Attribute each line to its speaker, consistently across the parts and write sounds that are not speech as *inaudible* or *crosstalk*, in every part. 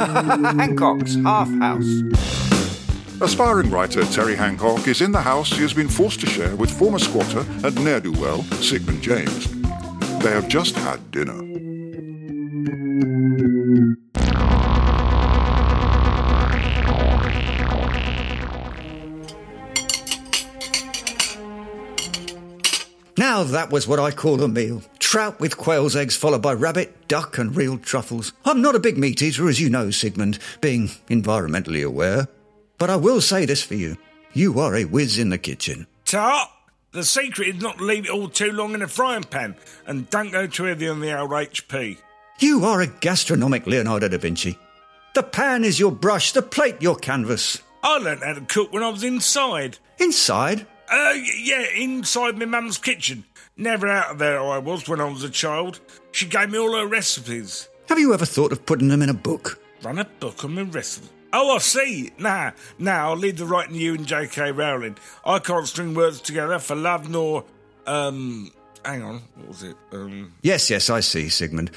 Speaker 1: Hancock's Half House.
Speaker 2: Aspiring writer Terry Hancock is in the house he has been forced to share with former squatter and ne'er do well Sigmund James. They have just had dinner.
Speaker 3: Now that was what I call a meal. Trout with quail's eggs, followed by rabbit, duck, and real truffles. I'm not a big meat eater, as you know, Sigmund, being environmentally aware. But I will say this for you you are a whiz in the kitchen.
Speaker 4: Tart, the secret is not to leave it all too long in a frying pan and don't go too heavy on the old HP.
Speaker 3: You are a gastronomic Leonardo da Vinci. The pan is your brush, the plate your canvas.
Speaker 4: I learnt how to cook when I was inside.
Speaker 3: Inside,
Speaker 4: Uh, y- yeah, inside my mum's kitchen. Never out of there I was when I was a child. She gave me all her recipes.
Speaker 3: have you ever thought of putting them in a book?
Speaker 4: Run a book on my recipes. Oh, I see. Nah, nah, I'll leave the writing to you and J.K. Rowling. I can't string words together for love nor, um, hang on, what was it? Um,
Speaker 3: Yes, yes, I see, Sigmund.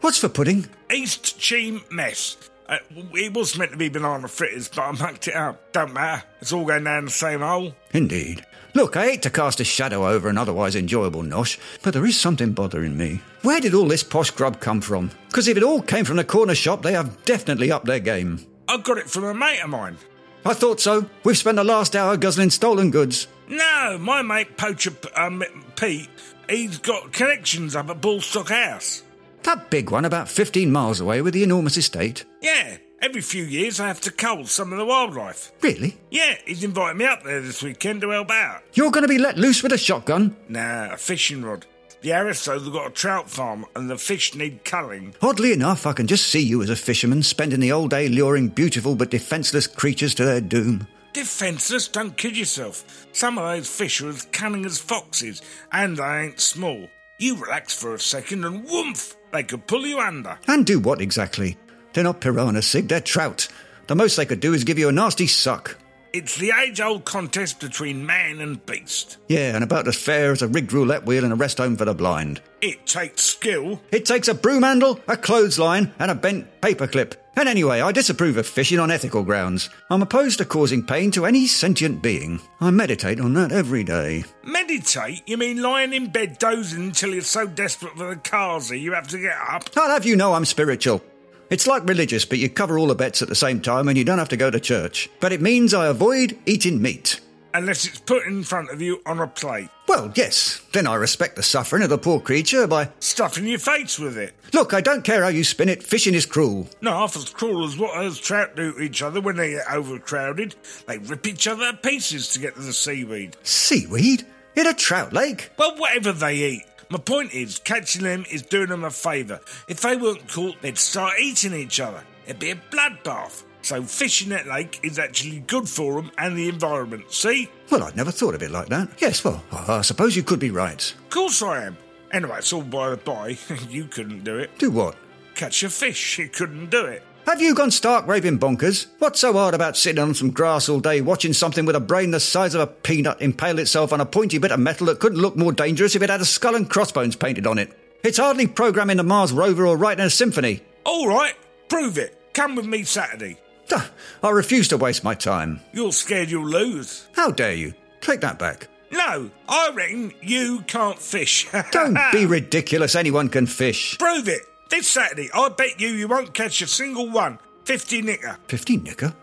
Speaker 3: What's for pudding?
Speaker 4: East Cheam mess. Uh, it was meant to be banana fritters, but I mucked it up. Don't matter. It's all going down the same hole.
Speaker 3: Indeed. Look, I hate to cast a shadow over an otherwise enjoyable nosh, but there is something bothering me. Where did all this posh grub come from? Because if it all came from the corner shop, they have definitely upped their game.
Speaker 4: I got it from a mate of mine.
Speaker 3: I thought so. We've spent the last hour guzzling stolen goods.
Speaker 4: No, my mate Poacher P- um, Pete, he's got connections up at Bullstock House.
Speaker 3: That big one about 15 miles away with the enormous estate.
Speaker 4: Yeah, every few years I have to cull some of the wildlife.
Speaker 3: Really?
Speaker 4: Yeah, he's invited me up there this weekend to help out.
Speaker 3: You're going to be let loose with a shotgun?
Speaker 4: Nah, a fishing rod. The Aristo's have got a trout farm and the fish need culling.
Speaker 3: Oddly enough, I can just see you as a fisherman spending the old day luring beautiful but defenceless creatures to their doom.
Speaker 4: Defenseless, don't kid yourself. Some of those fish are as cunning as foxes, and they ain't small. You relax for a second and whoomph, they could pull you under.
Speaker 3: And do what exactly? They're not piranha, Sig, they're trout. The most they could do is give you a nasty suck.
Speaker 4: It's the age old contest between man and beast.
Speaker 3: Yeah, and about as fair as a rigged roulette wheel in a rest home for the blind.
Speaker 4: It takes skill.
Speaker 3: It takes a broom handle, a clothesline, and a bent paperclip. And anyway, I disapprove of fishing on ethical grounds. I'm opposed to causing pain to any sentient being. I meditate on that every day.
Speaker 4: Meditate? You mean lying in bed dozing until you're so desperate for the Kaza you have to get up?
Speaker 3: I'll have you know I'm spiritual. It's like religious, but you cover all the bets at the same time and you don't have to go to church. But it means I avoid eating meat.
Speaker 4: Unless it's put in front of you on a plate,
Speaker 3: Well, yes, then I respect the suffering of the poor creature by.
Speaker 4: stuffing your face with it.
Speaker 3: Look, I don't care how you spin it, fishing is cruel.
Speaker 4: No, half as cruel as what those trout do to each other when they get overcrowded. They rip each other to pieces to get to the seaweed.
Speaker 3: Seaweed? In a trout lake?
Speaker 4: Well, whatever they eat. My point is, catching them is doing them a favour. If they weren't caught, they'd start eating each other. It'd be a bloodbath. So fishing at lake is actually good for them and the environment. See?
Speaker 3: Well, I'd never thought of it like that. Yes, well, I I suppose you could be right.
Speaker 4: Of course I am. Anyway, it's all by the by. *laughs* you couldn't do it.
Speaker 3: Do what?
Speaker 4: Catch a fish. You couldn't do it.
Speaker 3: Have you gone stark raving bonkers? What's so hard about sitting on some grass all day watching something with a brain the size of a peanut impale itself on a pointy bit of metal that couldn't look more dangerous if it had a skull and crossbones painted on it? It's hardly programming the Mars rover or writing a symphony.
Speaker 4: All right, prove it. Come with me Saturday.
Speaker 3: Duh, I refuse to waste my time.
Speaker 4: You're scared you'll lose.
Speaker 3: How dare you? Take that back.
Speaker 4: No, I reckon you can't fish. *laughs*
Speaker 3: Don't be ridiculous, anyone can fish.
Speaker 4: Prove it. This Saturday, I bet you you won't catch a single one. 50 knicker.
Speaker 3: 15 knicker?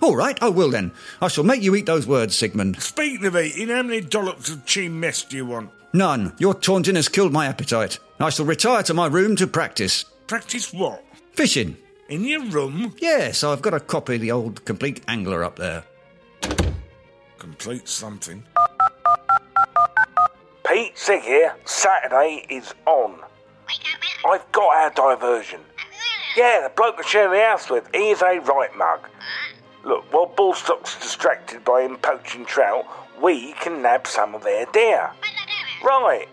Speaker 3: All right, I will then. I shall make you eat those words, Sigmund.
Speaker 4: Speaking of eating, how many dollops of chin mess do you want?
Speaker 3: None. Your taunting has killed my appetite. I shall retire to my room to practice.
Speaker 4: Practice what?
Speaker 3: Fishing.
Speaker 4: In your room?
Speaker 3: Yes, I've got a copy of the old complete angler up there.
Speaker 4: Complete something.
Speaker 5: Pete Sig here. Saturday is on. I've got our diversion. Yeah, the bloke I share the house with, he is a right mug. Look, while Bullstock's distracted by him poaching trout, we can nab some of their deer. Right.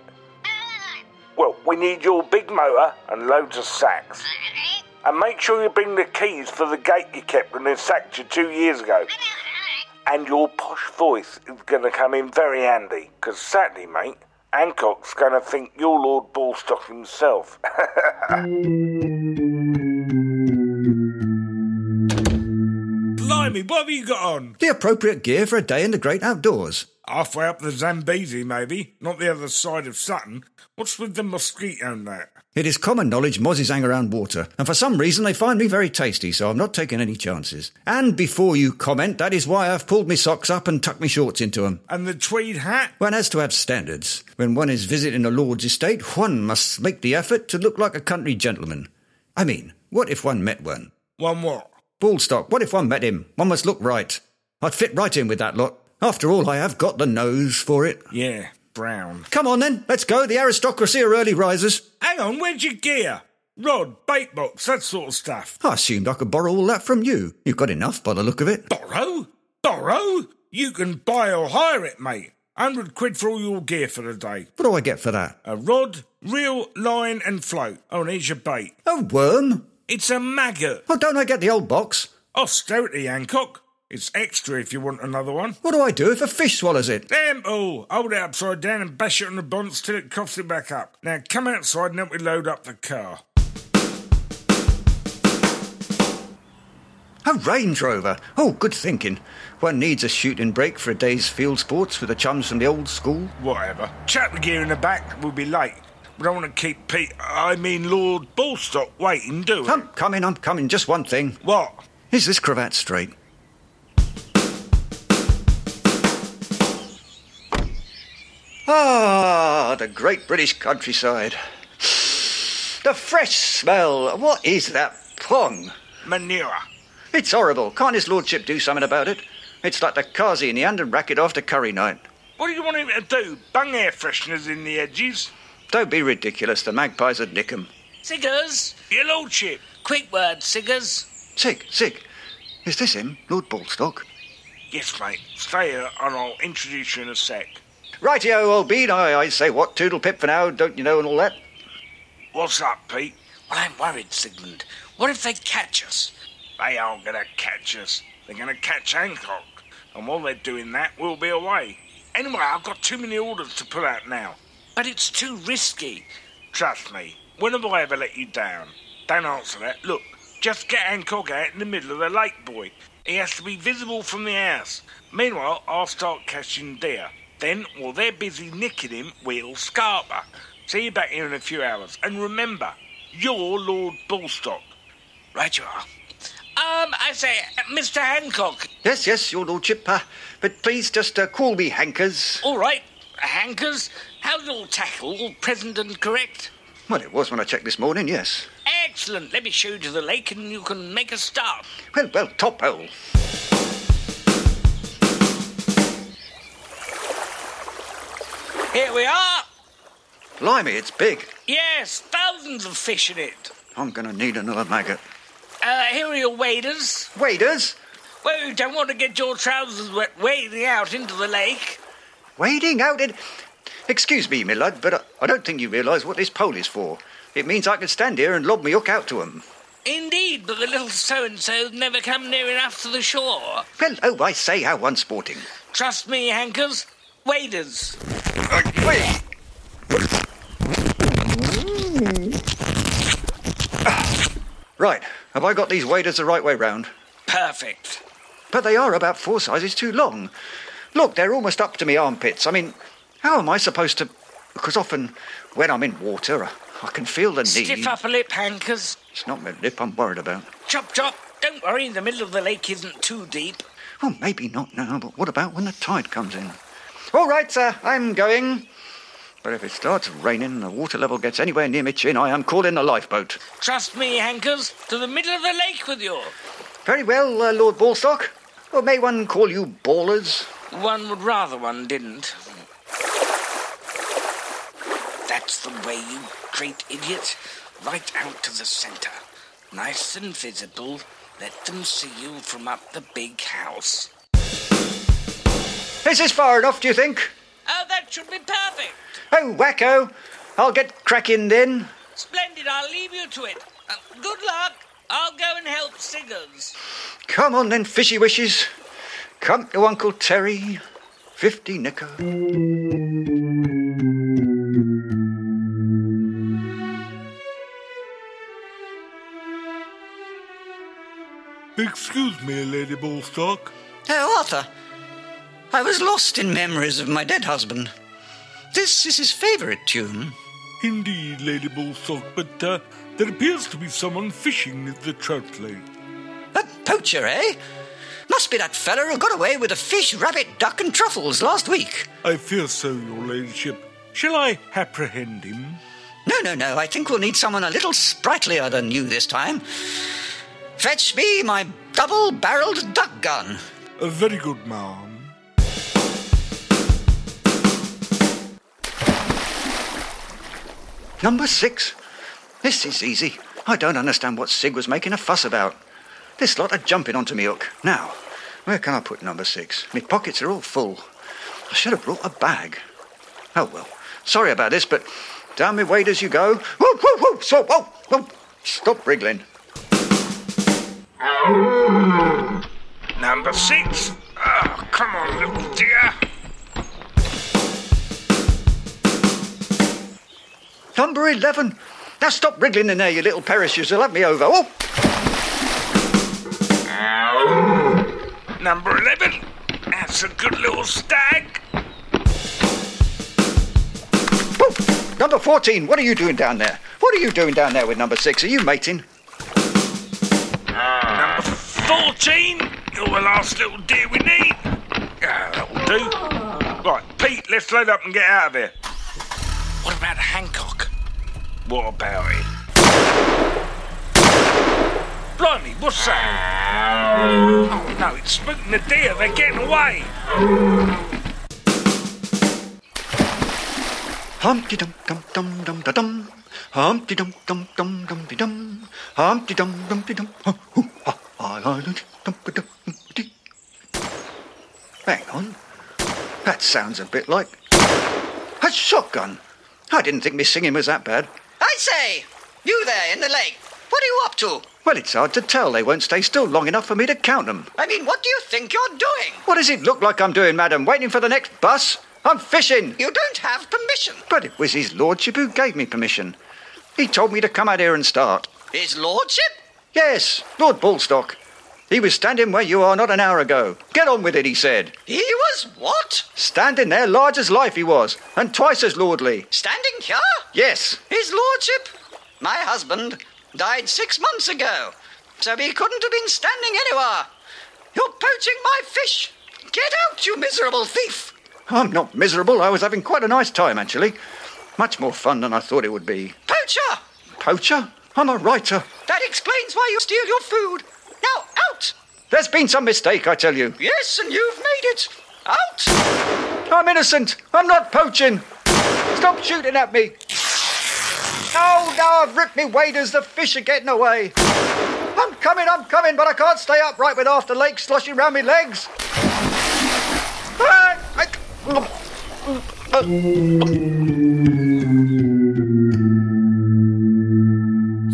Speaker 5: Well, we need your big motor and loads of sacks. And make sure you bring the keys for the gate you kept when they sacked you two years ago. And your posh voice is going to come in very handy, because sadly, mate, Hancock's going to think you're Lord *laughs* Ballstock himself.
Speaker 4: Blimey, what have you got on?
Speaker 3: The appropriate gear for a day in the great outdoors.
Speaker 4: Halfway up the Zambezi, maybe. Not the other side of Sutton. What's with the mosquito net?
Speaker 3: It is common knowledge mozzies hang around water, and for some reason they find me very tasty, so I'm not taking any chances. And before you comment, that is why I've pulled my socks up and tucked my shorts into them.
Speaker 4: And the tweed hat?
Speaker 3: One has to have standards. When one is visiting a lord's estate, one must make the effort to look like a country gentleman. I mean, what if one met one?
Speaker 4: One what?
Speaker 3: Ballstock, what if one met him? One must look right. I'd fit right in with that lot. After all, I have got the nose for it.
Speaker 4: Yeah, brown.
Speaker 3: Come on then, let's go. The aristocracy are early risers.
Speaker 4: Hang on, where's your gear? Rod, bait box, that sort of stuff.
Speaker 3: I assumed I could borrow all that from you. You've got enough by the look of it.
Speaker 4: Borrow? Borrow? You can buy or hire it, mate. Hundred quid for all your gear for the day.
Speaker 3: What do I get for that?
Speaker 4: A rod, reel, line, and float. Oh, and here's your bait.
Speaker 3: A worm?
Speaker 4: It's a maggot.
Speaker 3: Oh, don't I get the old box?
Speaker 4: Austerity, Hancock. It's extra if you want another one.
Speaker 3: What do I do if a fish swallows it?
Speaker 4: Damn all! Hold it upside down and bash it on the bonds till it coughs it back up. Now come outside and help me load up the car.
Speaker 3: A Range Rover. Oh, good thinking. One needs a shooting break for a day's field sports with the chums from the old school.
Speaker 4: Whatever. Chuck the gear in the back, we'll be late. We don't want to keep Pete, I mean Lord Ballstock, waiting, do we?
Speaker 3: I'm coming, I'm coming. Just one thing.
Speaker 4: What?
Speaker 3: Is this cravat straight? Ah, the great British countryside. The fresh smell. What is that pong?
Speaker 4: Manure.
Speaker 3: It's horrible. Can't his lordship do something about it? It's like the Kazi in the hand and racket after curry night.
Speaker 4: What do you want him to do? Bung air fresheners in the edges?
Speaker 3: Don't be ridiculous. The magpies would nick 'em.
Speaker 1: Siggers!
Speaker 4: Your lordship.
Speaker 1: Quick word, Siggers!
Speaker 3: Sick, sick. Is this him, Lord Ballstock?
Speaker 4: Yes, mate. Stay here and I'll introduce you in a sec.
Speaker 3: Rightio, old bean. I, I say what, toodle pip for now, don't you know, and all that.
Speaker 4: What's up, Pete?
Speaker 1: Well, I'm worried, Sigmund. What if they catch us?
Speaker 4: They aren't going to catch us. They're going to catch Hancock. And while they're doing that, we'll be away. Anyway, I've got too many orders to pull out now.
Speaker 1: But it's too risky.
Speaker 4: Trust me, when have I ever let you down? Don't answer that. Look, just get Hancock out in the middle of the lake, boy. He has to be visible from the house. Meanwhile, I'll start catching deer. Then, while they're busy nicking him, we'll scarper. See you back here in a few hours. And remember, you're Lord Ballstock.
Speaker 1: Right you are. Um, I say, uh, Mr. Hancock.
Speaker 3: Yes, yes, your lordship. Uh, but please just uh, call me Hankers.
Speaker 1: All right, Hankers. How's your tackle? All present and correct?
Speaker 3: Well, it was when I checked this morning, yes.
Speaker 1: Excellent. Let me show you to the lake and you can make a start.
Speaker 3: Well, well, top hole.
Speaker 1: Here we are.
Speaker 3: Blimey, it's big.
Speaker 1: Yes, thousands of fish in it.
Speaker 3: I'm going to need another maggot.
Speaker 1: Uh, here are your waders.
Speaker 3: Waders?
Speaker 1: Well, you don't want to get your trousers wet wading out into the lake.
Speaker 3: Wading out in. Excuse me, my lad, but I, I don't think you realise what this pole is for. It means I can stand here and lob me hook out to 'em.
Speaker 1: Indeed, but the little so-and-so's never come near enough to the shore.
Speaker 3: Well, oh, I say, how unsporting.
Speaker 1: Trust me, Hankers. Waders.
Speaker 3: Wait. Right, have I got these waders the right way round?
Speaker 1: Perfect.
Speaker 3: But they are about four sizes too long. Look, they're almost up to me armpits. I mean, how am I supposed to? Because often when I'm in water, I, I can feel the
Speaker 1: Stiff
Speaker 3: need.
Speaker 1: up a lip, Hankers.
Speaker 3: It's not my lip I'm worried about.
Speaker 1: Chop, chop. Don't worry, the middle of the lake isn't too deep.
Speaker 3: Well, Oh, maybe not now, but what about when the tide comes in? All right, sir, I'm going. But if it starts raining and the water level gets anywhere near my chin, I am calling the lifeboat.
Speaker 1: Trust me, Hankers, to the middle of the lake with you.
Speaker 3: Very well, uh, Lord Ballstock. Or may one call you ballers?
Speaker 1: One would rather one didn't. That's the way, you great idiot. Right out to the centre. Nice and visible. Let them see you from up the big house.
Speaker 3: This is far enough, do you think?
Speaker 1: Oh, that should be perfect.
Speaker 3: Oh, wacko! I'll get cracking then.
Speaker 1: Splendid, I'll leave you to it. Uh, good luck. I'll go and help Siggers.
Speaker 3: Come on then, fishy wishes. Come to Uncle Terry. Fifty nicker.
Speaker 4: Who Excuse me, Lady Ballstock.
Speaker 6: Oh, Arthur, I was lost in memories of my dead husband. This is his favourite tune.
Speaker 4: Indeed, Lady Ballstock, but uh, there appears to be someone fishing in the trout lake.
Speaker 6: A poacher, eh? Must be that feller who got away with a fish, rabbit, duck, and truffles last week.
Speaker 4: I fear so, Your Ladyship. Shall I apprehend him?
Speaker 6: No, no, no. I think we'll need someone a little sprightlier than you this time. Fetch me my double barreled duck gun.
Speaker 4: Uh, very good, ma'am.
Speaker 3: Number six. This is easy. I don't understand what Sig was making a fuss about. This lot are jumping onto me hook. Now, where can I put number six? My pockets are all full. I should have brought a bag. Oh well. Sorry about this, but down me wade as you go. Whoa, whoa, whoa, so, whoa, whoa. Stop wriggling.
Speaker 5: Number six. Oh, come on, little dear.
Speaker 3: Number 11. Now stop wriggling in there, you little parachutes. You'll have me over. Oh,
Speaker 5: Number 11. That's a good little stag.
Speaker 3: whoa. Number 14. What are you doing down there? What are you doing down there with number six? Are you mating?
Speaker 5: 14. You're the last little deer we need. Ah, that'll do. Right, Pete, let's load up and get out of here.
Speaker 1: What about Hancock?
Speaker 5: What about it? Blimey, what's that? Oh no, it's spooking the deer. They're getting away.
Speaker 3: Humpty dum dum dum dum da dum. Humpty dum dum dum dum de dum. Humpty dum dum de dum. Ha, hoo, ha, hi, hi, dum, dum, ba, dum, dum, dee. Hang on. That sounds a bit like a shotgun. I didn't think my singing was that bad.
Speaker 6: I say, you there in the lake, what are you up to?
Speaker 3: Well, it's hard to tell. They won't stay still long enough for me to count them.
Speaker 6: I mean, what do you think you're doing?
Speaker 3: What does it look like I'm doing, madam? Waiting for the next bus? I'm fishing.
Speaker 6: You don't have permission.
Speaker 3: But it was his lordship who gave me permission. He told me to come out here and start.
Speaker 6: His lordship?
Speaker 3: Yes, Lord Ballstock. He was standing where you are not an hour ago. Get on with it, he said.
Speaker 6: He was what?
Speaker 3: Standing there, large as life he was, and twice as lordly.
Speaker 6: Standing here?
Speaker 3: Yes,
Speaker 6: His lordship, my husband, died six months ago, so he couldn't have been standing anywhere. You're poaching my fish. Get out, you miserable thief!
Speaker 3: I'm not miserable. I was having quite a nice time, actually. Much more fun than I thought it would be.
Speaker 6: Poacher!
Speaker 3: Poacher? I'm a writer.
Speaker 6: That explains why you steal your food. Now, out!
Speaker 3: There's been some mistake, I tell you.
Speaker 6: Yes, and you've made it. Out!
Speaker 3: I'm innocent. I'm not poaching. Stop shooting at me. Oh, now I've ripped me waders. The fish are getting away. I'm coming, I'm coming, but I can't stay upright with half the lake sloshing round my legs. Ah, I-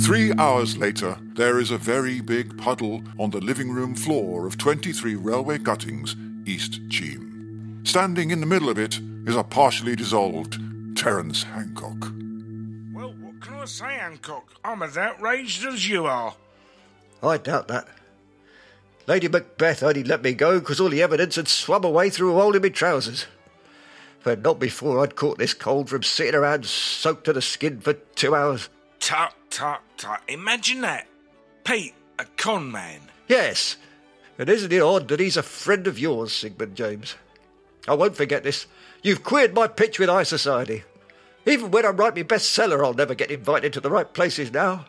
Speaker 2: Three hours later, there is a very big puddle on the living room floor of 23 Railway Cuttings, East Cheam. Standing in the middle of it is a partially dissolved Terence Hancock.
Speaker 4: Well, what can I say, Hancock? I'm as outraged as you are.
Speaker 3: I doubt that. Lady Macbeth only let me go because all the evidence had swum away through a hole in my trousers. But not before I'd caught this cold from sitting around soaked to the skin for two hours.
Speaker 4: Tut, tut, tut. Imagine that. Pete, a con man.
Speaker 3: Yes, and isn't it odd that he's a friend of yours, Sigmund James? I won't forget this. You've queered my pitch with High Society. Even when I write my bestseller, I'll never get invited to the right places now.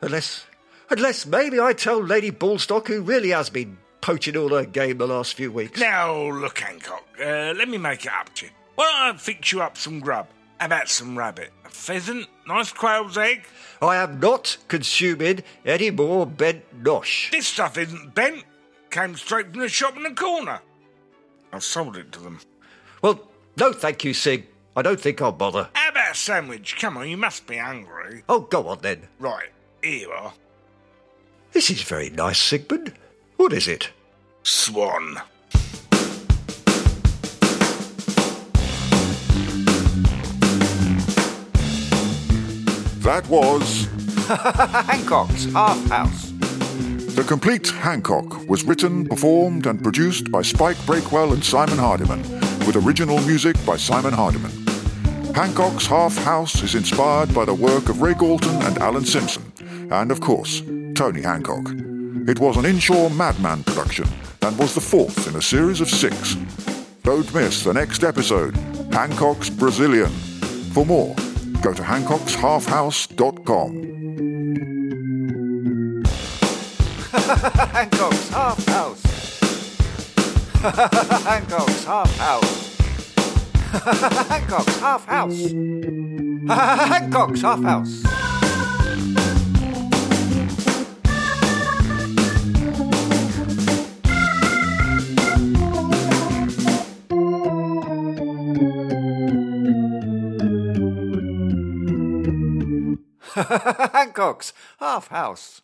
Speaker 3: Unless, unless maybe I tell Lady Ballstock, who really has been poaching all her game the last few weeks.
Speaker 4: Now, look, Hancock, uh, let me make it up to you. Why don't I fix you up some grub? How about some rabbit? A pheasant? Nice quail's egg?
Speaker 3: I am not consuming any more bent nosh.
Speaker 4: This stuff isn't bent. Came straight from the shop in the corner. I sold it to them.
Speaker 3: Well, no thank you, Sig. I don't think I'll bother.
Speaker 4: How about a sandwich? Come on, you must be hungry.
Speaker 3: Oh, go on then.
Speaker 4: Right, here you are.
Speaker 3: This is very nice, Sigmund. What is it?
Speaker 4: Swan.
Speaker 2: That was
Speaker 7: Hancock's Half House.
Speaker 2: The Complete Hancock was written, performed, and produced by Spike Breakwell and Simon Hardiman, with original music by Simon Hardiman. Hancock's Half House is inspired by the work of Ray Galton and Alan Simpson, and of course, Tony Hancock. It was an inshore madman production and was the fourth in a series of six. Don't miss the next episode Hancock's Brazilian. For more, go to hancockshalfhouse.com.
Speaker 6: Hancock's half house. *laughs* Hancock's half house. *laughs* Hancock's half house. *laughs* Hancock's half house. *laughs* Hancock's half house.